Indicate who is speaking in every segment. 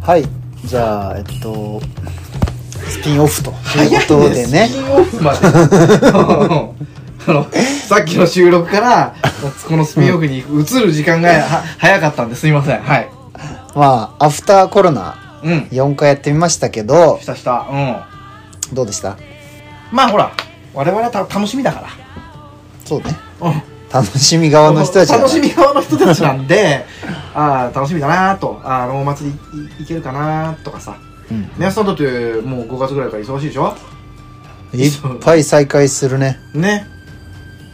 Speaker 1: はいじゃあえっとスピンオフということでね
Speaker 2: スピンオフまで あのさっきの収録からこのスピンオフに移る時間がは早かったんですいませんはい
Speaker 1: まあアフターコロナ
Speaker 2: うん
Speaker 1: 4回やってみましたけど
Speaker 2: したしたうん
Speaker 1: どうでした
Speaker 2: まあほら我々はた楽しみだか
Speaker 1: そうね
Speaker 2: らうん
Speaker 1: 楽しみ側の人たちだから
Speaker 2: 楽しみ側の人たちなんで ああ楽しみだなとああのお祭りいいいけるかなとかさ
Speaker 1: うん
Speaker 2: 皆さんだってもう5月ぐらいから忙しいでしょ
Speaker 1: いっぱい再開するね
Speaker 2: ね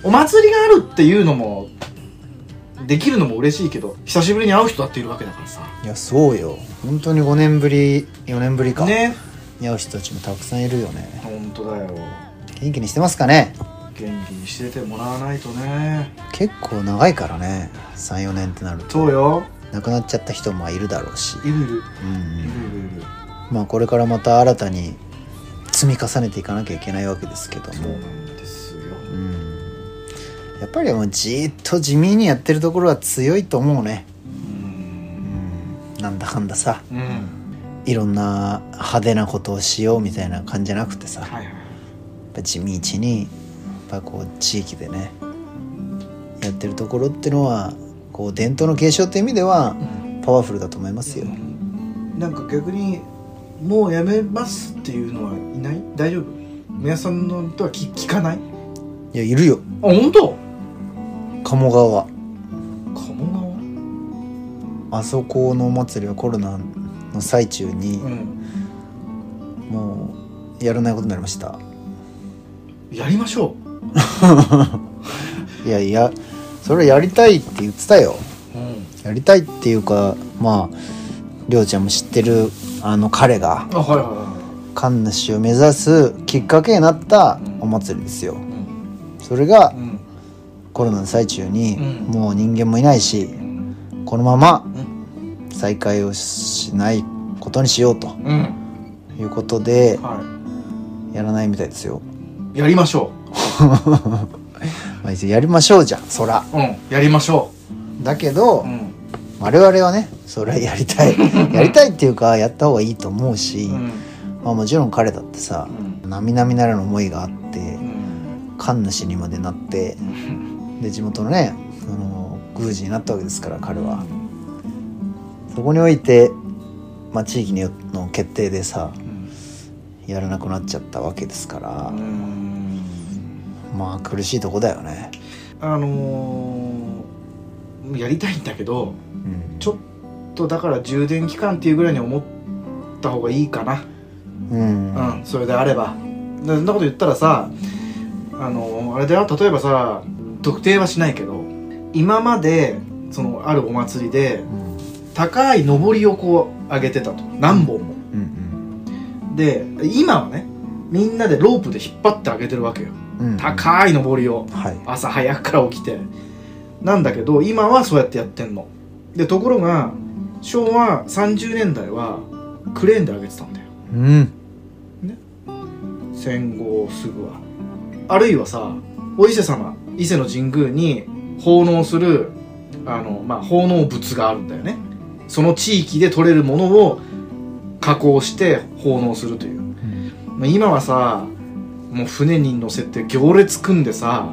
Speaker 2: お祭りがあるっていうのもできるのも嬉しいけど久しぶりに会う人だっているわけだからさ
Speaker 1: いやそうよ本当に5年ぶり4年ぶりか、
Speaker 2: ね
Speaker 1: に会う人たちもたくさんいるよね
Speaker 2: 本当だよ
Speaker 1: 元気にしてますかね
Speaker 2: 元気にしててもらわないとね
Speaker 1: 結構長いからね34年ってなると
Speaker 2: そうよ
Speaker 1: 亡くなっちゃった人もいるだろうし、
Speaker 2: いるいる
Speaker 1: うん
Speaker 2: いるいるいる
Speaker 1: まあこれからまた新たに積み重ねていかなきゃいけないわけですけど
Speaker 2: そう
Speaker 1: も、
Speaker 2: なんですよ
Speaker 1: うん、やっぱりもうじーっと地味にやってるところは強いと思うね、
Speaker 2: う
Speaker 1: うんん、なんだかんださ
Speaker 2: うん
Speaker 1: いろんな派手なことをしようみたいな感じじゃなくてさやっ
Speaker 2: はいはい
Speaker 1: ぱ地道にやっぱこう地域でねやってるところってのはこう伝統の継承って意味ではパワフルだと思いますよ
Speaker 2: なんか逆にもうやめますっていうのはいない大丈夫皆さんのとは聞聞かないあ
Speaker 1: いやいるよ
Speaker 2: 本当
Speaker 1: 鴨川
Speaker 2: 鴨
Speaker 1: あそこのお祭りはコロナの最中に、
Speaker 2: 川うん
Speaker 1: もうやらないことになりました
Speaker 2: やりましょ
Speaker 1: いやいやそれやりたいって言ってたよ
Speaker 2: ううん
Speaker 1: やりたいっていうかまありょうちゃんも知ってるあの彼が
Speaker 2: あはいはいは
Speaker 1: 神主を目指すきっかけになったお祭りですよ
Speaker 2: いうん
Speaker 1: それが
Speaker 2: うん
Speaker 1: コロナの最中に
Speaker 2: うん
Speaker 1: もう人間もいないし
Speaker 2: うん
Speaker 1: このまま
Speaker 2: う
Speaker 1: 再開をしないことにしようと
Speaker 2: うん
Speaker 1: いうことで
Speaker 2: は
Speaker 1: やらないみたいですよ、
Speaker 2: いやりましょ
Speaker 1: まあ、やりましょうじゃんそら
Speaker 2: ううんやりましょ
Speaker 1: だけど、
Speaker 2: ううん
Speaker 1: 我々はねそれはやりた いやりたいっていうかやった方がいいと思うし、
Speaker 2: うん
Speaker 1: まあ、もちろん彼だってさ
Speaker 2: うん
Speaker 1: 並々ならぬ思いがあって
Speaker 2: うん
Speaker 1: 神主にまでなってで地元のねあの宮司になったわけですから彼はそこにおいて、まあ、地域によっての決定でさ
Speaker 2: うん
Speaker 1: やらなくなっちゃったわけですから
Speaker 2: うん
Speaker 1: まあ苦しいとこだよね、
Speaker 2: あのーやりたいんだけど
Speaker 1: うん、
Speaker 2: ちょっとだから充電期間っていうぐらいに思った方がいいかな
Speaker 1: うん
Speaker 2: うん、それであればでそんなこと言ったらさあのあれだよ例えばさ特定はしないけど今までそのあるお祭り
Speaker 1: う
Speaker 2: で
Speaker 1: ん
Speaker 2: 高い上りをこう上げてたと何本も
Speaker 1: うん
Speaker 2: で今はねみんなでロープで引っ張って上げてるわけよ
Speaker 1: うんうん
Speaker 2: 高い上りを
Speaker 1: はい
Speaker 2: 朝早くから起きてなんだけど今はそうやってやってんのでところが昭和30年代はクレーンで上げてたんだよ
Speaker 1: うん
Speaker 2: 戦後すぐはあるいはさお伊勢様伊勢の神宮に奉納するあの、まあ、奉納物があるんだよねその地域で取れるものを加工して奉納するというまあ今はさもう船に乗せて行列組んでさ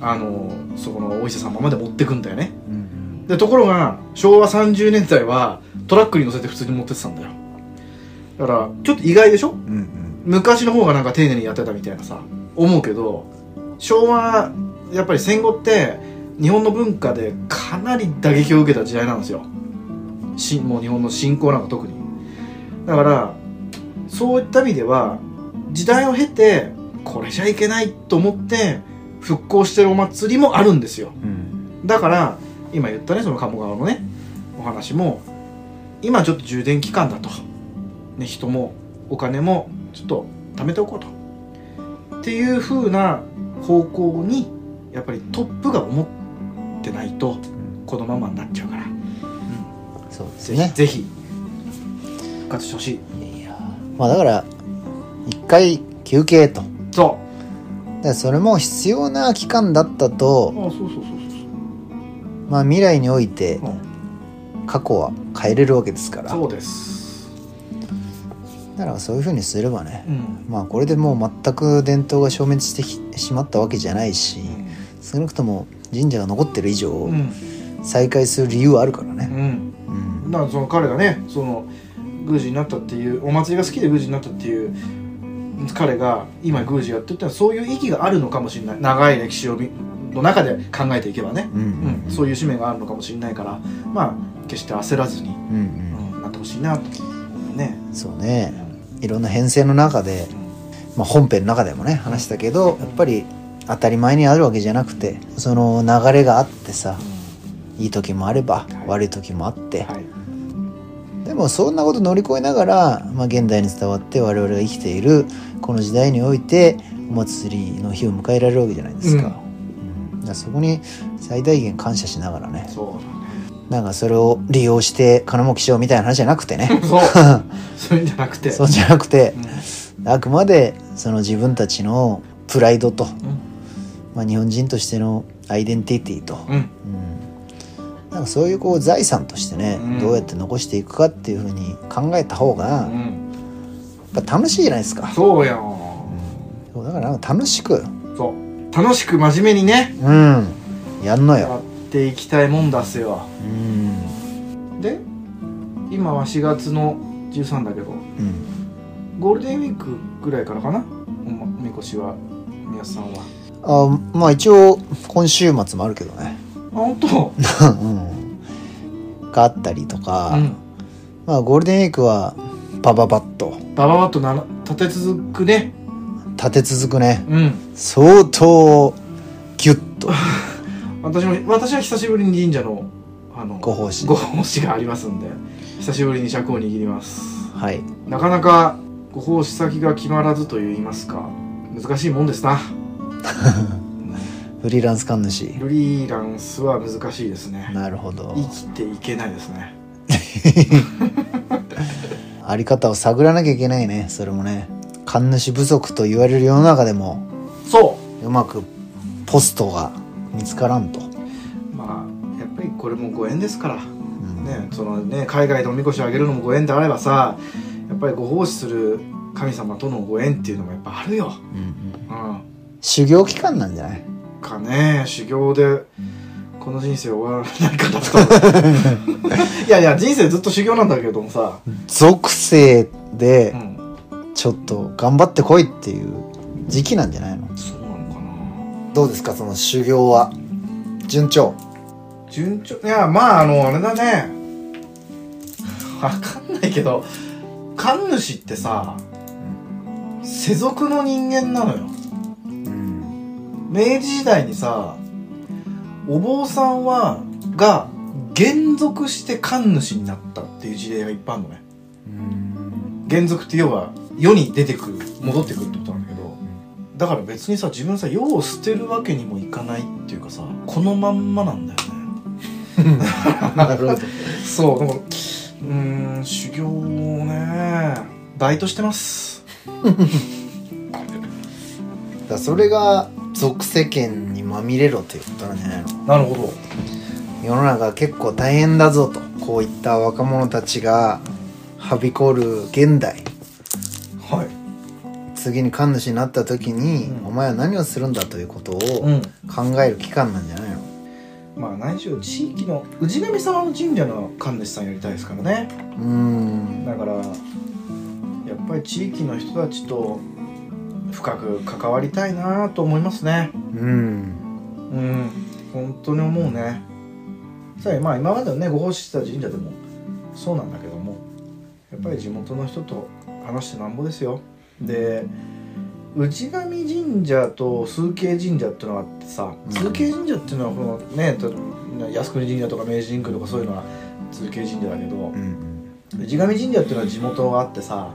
Speaker 2: あのそこのお医者様まで持ってくんだよね
Speaker 1: うん
Speaker 2: でところが昭和30年代はトラックに乗せて普通に持ってってたんだよだからちょっと意外でしょ
Speaker 1: うんうん
Speaker 2: 昔の方がなんか丁寧にやってたみたいなさ思うけど昭和やっぱり戦後って日本の文化でかなり打撃を受けた時代なんですよしもう日本の侵攻なんか特にだからそういった意味では時代を経てこれじゃいけないと思って復興してるお祭りもあるんですよ
Speaker 1: うん
Speaker 2: だから今言ったねその鴨川のねお話も今ちょっと充電期間だと、ね、人もお金もちょっと貯めておこうとっていう風な方向にやっぱりトップが思ってないと
Speaker 1: うん
Speaker 2: このままになっちゃうから、
Speaker 1: そうです
Speaker 2: ぜひ、
Speaker 1: ね
Speaker 2: ぜひ復活してほしい
Speaker 1: いやまあだから一回休憩とだか
Speaker 2: そ
Speaker 1: らそれも必要な期間だった
Speaker 2: う
Speaker 1: と、
Speaker 2: あそうそうそうそう
Speaker 1: まあ、未来において
Speaker 2: そう、
Speaker 1: 過去は変えれるわけですから
Speaker 2: そうです
Speaker 1: だからそういうふうにすればね
Speaker 2: うん
Speaker 1: まあこれでもう全く伝統が消滅してきしまったわけじゃないし
Speaker 2: う
Speaker 1: 少なくとも神社が残ってる以上
Speaker 2: ん
Speaker 1: 再開する理由はあるからね
Speaker 2: うん
Speaker 1: うん
Speaker 2: だからその彼がねその宮司になったっていうお祭りが好きで宮司になったっていう彼が今宮司やってるってのはそういう意義があるのかもしれない長い歴史をみの中で考えていけばね、
Speaker 1: うん
Speaker 2: うんそういう使命があるのかもしれないからまあ決して焦らずに、
Speaker 1: うん
Speaker 2: うん、なってほしいなとね、
Speaker 1: うんそうねいろんな編成の中で、まあ、本編の中でもね話したけどやっぱり当たり前にあるわけじゃなくてその流れがあってさいい時もあれば
Speaker 2: い
Speaker 1: 悪い時もあって
Speaker 2: はい
Speaker 1: でもそんなこと乗り越えながら、まあ、現代に伝わって我々が生きているこの時代においてお祭りの日を迎えられるわけじゃないですか,、うんだからそこに最大限感謝しながらね
Speaker 2: そうだね
Speaker 1: なんかそれを利用して金儲けしようみたいな話じゃなくてね
Speaker 2: そうそういうんじゃなくて
Speaker 1: そうじゃなくて
Speaker 2: うん
Speaker 1: あくまでその自分たちのプライドと、
Speaker 2: う
Speaker 1: まあ、日本人としてのアイデンティティと、
Speaker 2: んうん
Speaker 1: うん、なんかそういうこう財産としてね、
Speaker 2: うん
Speaker 1: どうやって残していくかっていうふうに考えた方が、や
Speaker 2: うん
Speaker 1: っぱ楽しいじゃないですか
Speaker 2: そうやん
Speaker 1: そうだからなんか楽しく、
Speaker 2: そう楽しく真面目にね
Speaker 1: うん、やんのよ、
Speaker 2: やっていきたいもんだっすよ
Speaker 1: うん
Speaker 2: で今は4月の13だけど
Speaker 1: うん、
Speaker 2: ゴールデンウィークぐらいからかなおまみこしは宮津さんは
Speaker 1: あまあ一応今週末もあるけどね、
Speaker 2: あ本当
Speaker 1: うん、があったりとか、
Speaker 2: うん
Speaker 1: まあ、ゴールデンウィークはパパパッと
Speaker 2: バババッとなら立て続くね
Speaker 1: 立て続くね
Speaker 2: うん
Speaker 1: 相当ギュッと
Speaker 2: 私も私は久しぶりに神社のあの
Speaker 1: ご奉仕
Speaker 2: ご奉仕がありますんで久しぶりに尺を握ります
Speaker 1: はい
Speaker 2: なかなかご奉仕先が決まらずといいますか難しいもんですな
Speaker 1: フリーランス神主
Speaker 2: フリーランスは難しいですね
Speaker 1: なるほど
Speaker 2: 生きていけないですね
Speaker 1: あり方を探らなきゃいけないねそれもね神主不足と言われる世の中でも
Speaker 2: そう
Speaker 1: まくポストが見つからんと、
Speaker 2: うまあやっぱりこれもご縁ですから
Speaker 1: うん
Speaker 2: ねそのね海外でおみこしをあげるのもご縁であればさやっぱりご奉仕する神様とのご縁っていうのもやっぱあるよ
Speaker 1: うんうん
Speaker 2: うん
Speaker 1: 修行期間なんじゃない
Speaker 2: かね修行でこの人生終わらないかなと いやいや人生ずっと修行なんだけどもさ、
Speaker 1: 属性
Speaker 2: う
Speaker 1: で
Speaker 2: ん、
Speaker 1: ちょっと頑張ってこいっていう時期なんじゃないの
Speaker 2: そうなのかな
Speaker 1: どうですかその修行は順調
Speaker 2: 順調いやまああのあれだねわかんないけど神主ってさ世俗の人間なのよ
Speaker 1: うん
Speaker 2: 明治時代にさお坊さんはが還俗して神主になったっていう事例がいっぱいあるのね
Speaker 1: うん
Speaker 2: 還俗って要は世に出てくる戻ってくるってことなんだけどだから別にさ自分さ世を捨てるわけにもいかないっていうかさこのまんまなんだよね
Speaker 1: なるほど
Speaker 2: そうだからうーん修行をねバイトしてます
Speaker 1: だからそれが俗世間にまみれろということなんじゃないの
Speaker 2: なるほ
Speaker 1: 世の中結構大変だぞとこういった若者たちがはびこる現代
Speaker 2: どはい
Speaker 1: 次に神主になった時に、
Speaker 2: うん
Speaker 1: お前は何をするんだということ
Speaker 2: う
Speaker 1: を
Speaker 2: ん
Speaker 1: 考える期間なんじゃないの、
Speaker 2: まあ何しろ地域の氏神様の神社の神主さんやりたいですからね
Speaker 1: うーん
Speaker 2: だからやっぱり地域の人たちと深く関わりたいなと思いますね
Speaker 1: うん
Speaker 2: うん本当に思うねさあまあ今までのねご奉仕した神社でもそうなんだけどもやっぱり地元の人と話してなんぼですよで内神神社と崇慶神社っていうのがあってさ
Speaker 1: うん
Speaker 2: 崇慶神社っていうのはこのねと靖国神社とか明治神宮とかそういうのは崇慶神社だけど
Speaker 1: うん
Speaker 2: 氏神神社っていうのは地元があってさ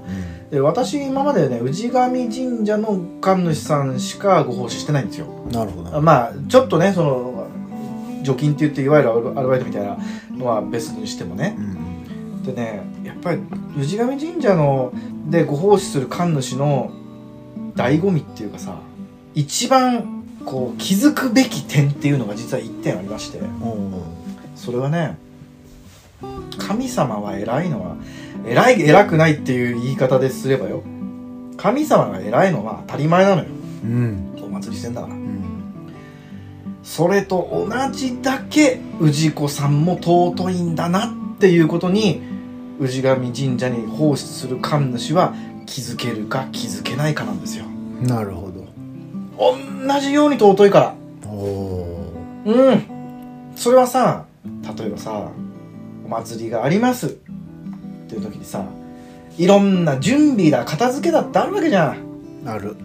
Speaker 1: う
Speaker 2: で私今までね氏神神社の神主さんしかご奉仕してないんですよ
Speaker 1: んなるほど、
Speaker 2: まあちょっとねその除菌って言っていわゆるアルアルバイトみたいなのは別にしてもね
Speaker 1: うん
Speaker 2: でねやっぱり氏神神社のでご奉仕する神主の醍醐味っていうかさ一番こう気づくべき点っていうのが実は1点ありまして
Speaker 1: うんおう
Speaker 2: それはね神様は偉いのは偉い偉くないっていう言い方ですればよ神様が偉いのは当たり前なのよ
Speaker 1: うん、
Speaker 2: お祭りしてんだから
Speaker 1: うん、
Speaker 2: それと同じだけ氏子さんも尊いんだなっていうことに氏神神社に奉仕する神主は気づけるか気づけないかなんですよ
Speaker 1: なるほど
Speaker 2: 同じように尊いから
Speaker 1: お
Speaker 2: うんそれはさ例えばさお祭りがありますっていう時にさいろんな準備だ片付けだってあるわけじゃん
Speaker 1: ーある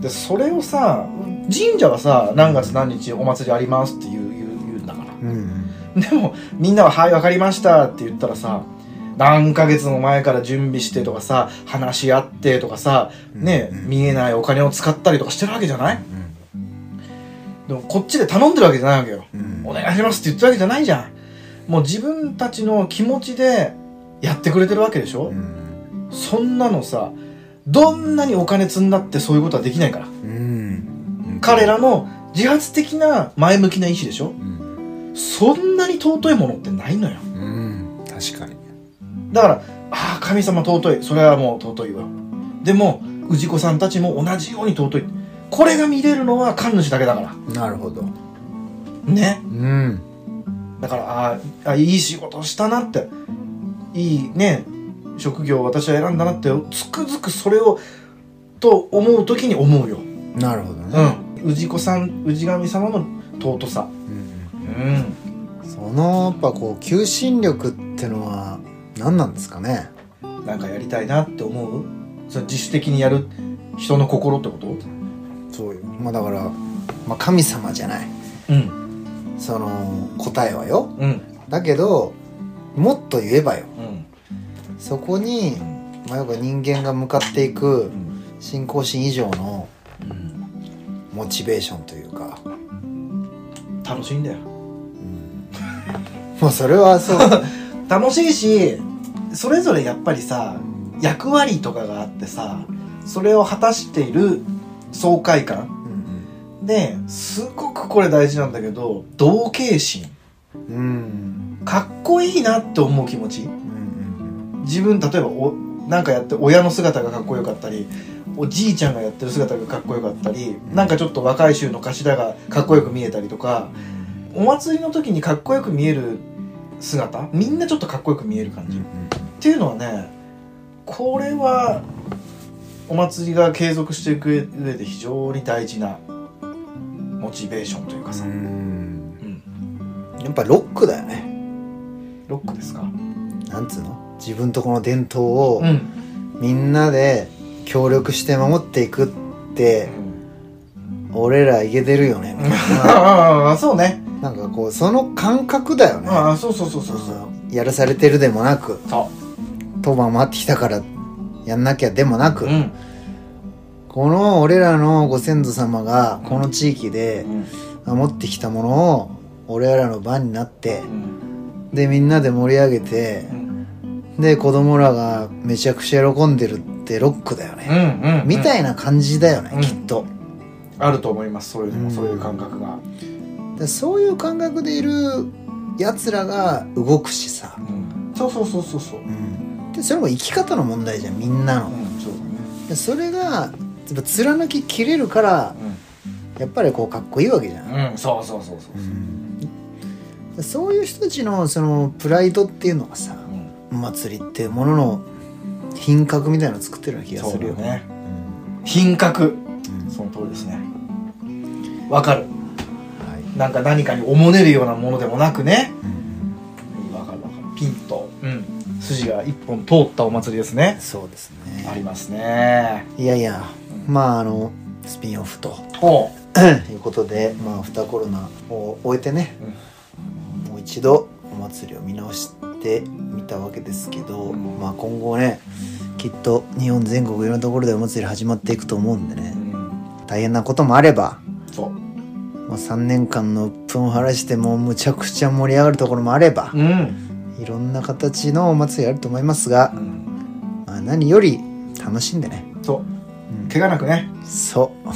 Speaker 2: でそれをさ神社はさ何月何日お祭りありますって言う言う言うんだから
Speaker 1: うん
Speaker 2: でもみんなは「はい分かりました」って言ったらさ何ヶ月も前から準備してとかさ話し合ってとかさね
Speaker 1: うん
Speaker 2: 見えないお金を使ったりとかしてるわけじゃない
Speaker 1: うん
Speaker 2: でもこっちで頼んでるわけじゃないわけよ
Speaker 1: うん
Speaker 2: お願いしますって言ったわけじゃないじゃんもう自分たちの気持ちでやってくれてるわけでしょ、
Speaker 1: うん
Speaker 2: そんなのさどんなにお金積んだってそういうことはできないから
Speaker 1: うん
Speaker 2: 彼らの自発的な前向きな意思でしょ
Speaker 1: うん、
Speaker 2: そんなに尊いものってないのよ
Speaker 1: うん、確かに
Speaker 2: だからああ神様尊いそれはもう尊いわでも氏子さんたちも同じように尊いこれが見れるのは神主だけだから
Speaker 1: なるほど
Speaker 2: ね
Speaker 1: うん
Speaker 2: だからあーあいい仕事したなっていいね職業を私は選んだなってつくづくそれをと思う時に思うよ
Speaker 1: なるほどね、
Speaker 2: うん氏子さん氏神様の尊さ
Speaker 1: うん
Speaker 2: うん
Speaker 1: そのやっぱこう求心力ってのは何なんですかね
Speaker 2: なんかやりたいなって思うそれ自主的にやる人の心ってこと
Speaker 1: そうよまあだから、まあ、神様じゃない
Speaker 2: うん
Speaker 1: その答えはよ
Speaker 2: うん
Speaker 1: だけどもっと言えばよ
Speaker 2: うん
Speaker 1: そこに、まあ、要は人間が向かっていく
Speaker 2: うん
Speaker 1: 信仰心以上の
Speaker 2: うん
Speaker 1: モチベーションというか、
Speaker 2: 楽しいんだよ
Speaker 1: うん、まあそれは そう
Speaker 2: 楽しいしそれぞれやっぱりさ役割とかがあってさそれを果たしている爽快感
Speaker 1: うん
Speaker 2: ですごくこれ大事なんだけど同型心
Speaker 1: うん
Speaker 2: かっこいいなって思う気持ち
Speaker 1: うんうん
Speaker 2: 自分例えばおなんかやって親の姿がかっこよかったりおじいちゃんがやってる姿がかっこよかったりなんかちょっと若い衆の頭がかっこよく見えたりとかお祭りの時にかっこよく見える姿みんなちょっとかっこよく見える感
Speaker 1: う
Speaker 2: じ
Speaker 1: ん
Speaker 2: っていうのはねこれはお祭りが継続していく上で非常に大事なモチベーションというかさ、
Speaker 1: うん
Speaker 2: うん
Speaker 1: やっぱロックだよね
Speaker 2: ロックですか
Speaker 1: なんつうの自分とこの伝統を、
Speaker 2: ん、
Speaker 1: みんなで協力して守っていくって俺らいけてるよねみたいな
Speaker 2: ああそうね
Speaker 1: なんかこうその感覚だよね
Speaker 2: ああそうそうそうそうそう
Speaker 1: やらされてるでもなく
Speaker 2: そ
Speaker 1: 当番回ってきたからやんなきゃでもなく、
Speaker 2: うん
Speaker 1: この俺らのご先祖様がこの地域で守ってきたものを俺らの番になって
Speaker 2: うん
Speaker 1: でみんなで盛り上げて
Speaker 2: うん
Speaker 1: で子供らがめちゃくちゃ喜んでるってロックだよ
Speaker 2: う
Speaker 1: ね、
Speaker 2: んうん
Speaker 1: みたいな感じだよね、
Speaker 2: うん
Speaker 1: きっと。
Speaker 2: あると思いますそういうのも
Speaker 1: うん
Speaker 2: そういう感覚が、
Speaker 1: でそういう感覚でいるやつらが動くしさ、
Speaker 2: そうそうそうそうそう、う
Speaker 1: うん、でそれも生き方の問題じゃんみんなの
Speaker 2: ん、そうだね、
Speaker 1: でそれがやっぱ貫ききれるからやっぱりこうかっこいいわけじゃん、
Speaker 2: うん、うん、そうそうそうそうう、
Speaker 1: ん、でそういう人たちのそのプライドっていうのがさ
Speaker 2: うん
Speaker 1: お祭りっていうものの品格みたいなのを作ってるような気が
Speaker 2: そ
Speaker 1: す
Speaker 2: うだ
Speaker 1: るよ
Speaker 2: よね
Speaker 1: うん
Speaker 2: 品格
Speaker 1: うん
Speaker 2: その通りですねわかる
Speaker 1: はい
Speaker 2: なんか何かにおもねるようなものでもなくね
Speaker 1: うん
Speaker 2: わかるわかるピンと、うん、筋が一本通ったお祭りですね
Speaker 1: そうですね
Speaker 2: ありますね
Speaker 1: いやいや
Speaker 2: うん
Speaker 1: まああのスピンオフと
Speaker 2: おう
Speaker 1: ということで、まあ、二コロナを終えてね、もう一度お祭りを見直してみたわけですけど、
Speaker 2: うん
Speaker 1: まあ、今後ねきっと日本全国いろんなところでお祭り始まっていくと思うんでね
Speaker 2: うん、
Speaker 1: 大変なこともあれば、
Speaker 2: そう
Speaker 1: まあ、3年間の鬱憤を晴らしてもうむちゃくちゃ盛り上がるところもあれば
Speaker 2: うん、
Speaker 1: いろんな形のお祭りあると思いますが
Speaker 2: う、ん、
Speaker 1: まあ、何より楽しんでね、
Speaker 2: そう
Speaker 1: うん
Speaker 2: 怪我なくね
Speaker 1: そう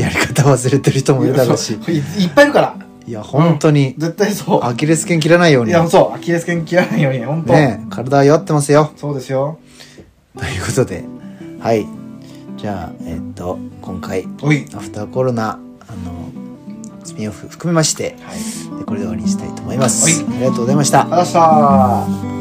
Speaker 1: やり方忘れてる人もいるだろうし
Speaker 2: いやそういいっぱいいるから
Speaker 1: いや本当に、
Speaker 2: 絶対そ
Speaker 1: アキレス腱切らないよう
Speaker 2: うい
Speaker 1: に
Speaker 2: やそうアキレス腱切らないように本当、
Speaker 1: ね体は弱ってますよ
Speaker 2: そうですよ
Speaker 1: ということではいじゃあえっ、と今回
Speaker 2: おい
Speaker 1: アフターコロナあのスピンオフ含めまして
Speaker 2: はい
Speaker 1: でこれで終わりにしたいと思います、
Speaker 2: は
Speaker 1: ありがとうございました
Speaker 2: ありがとうございました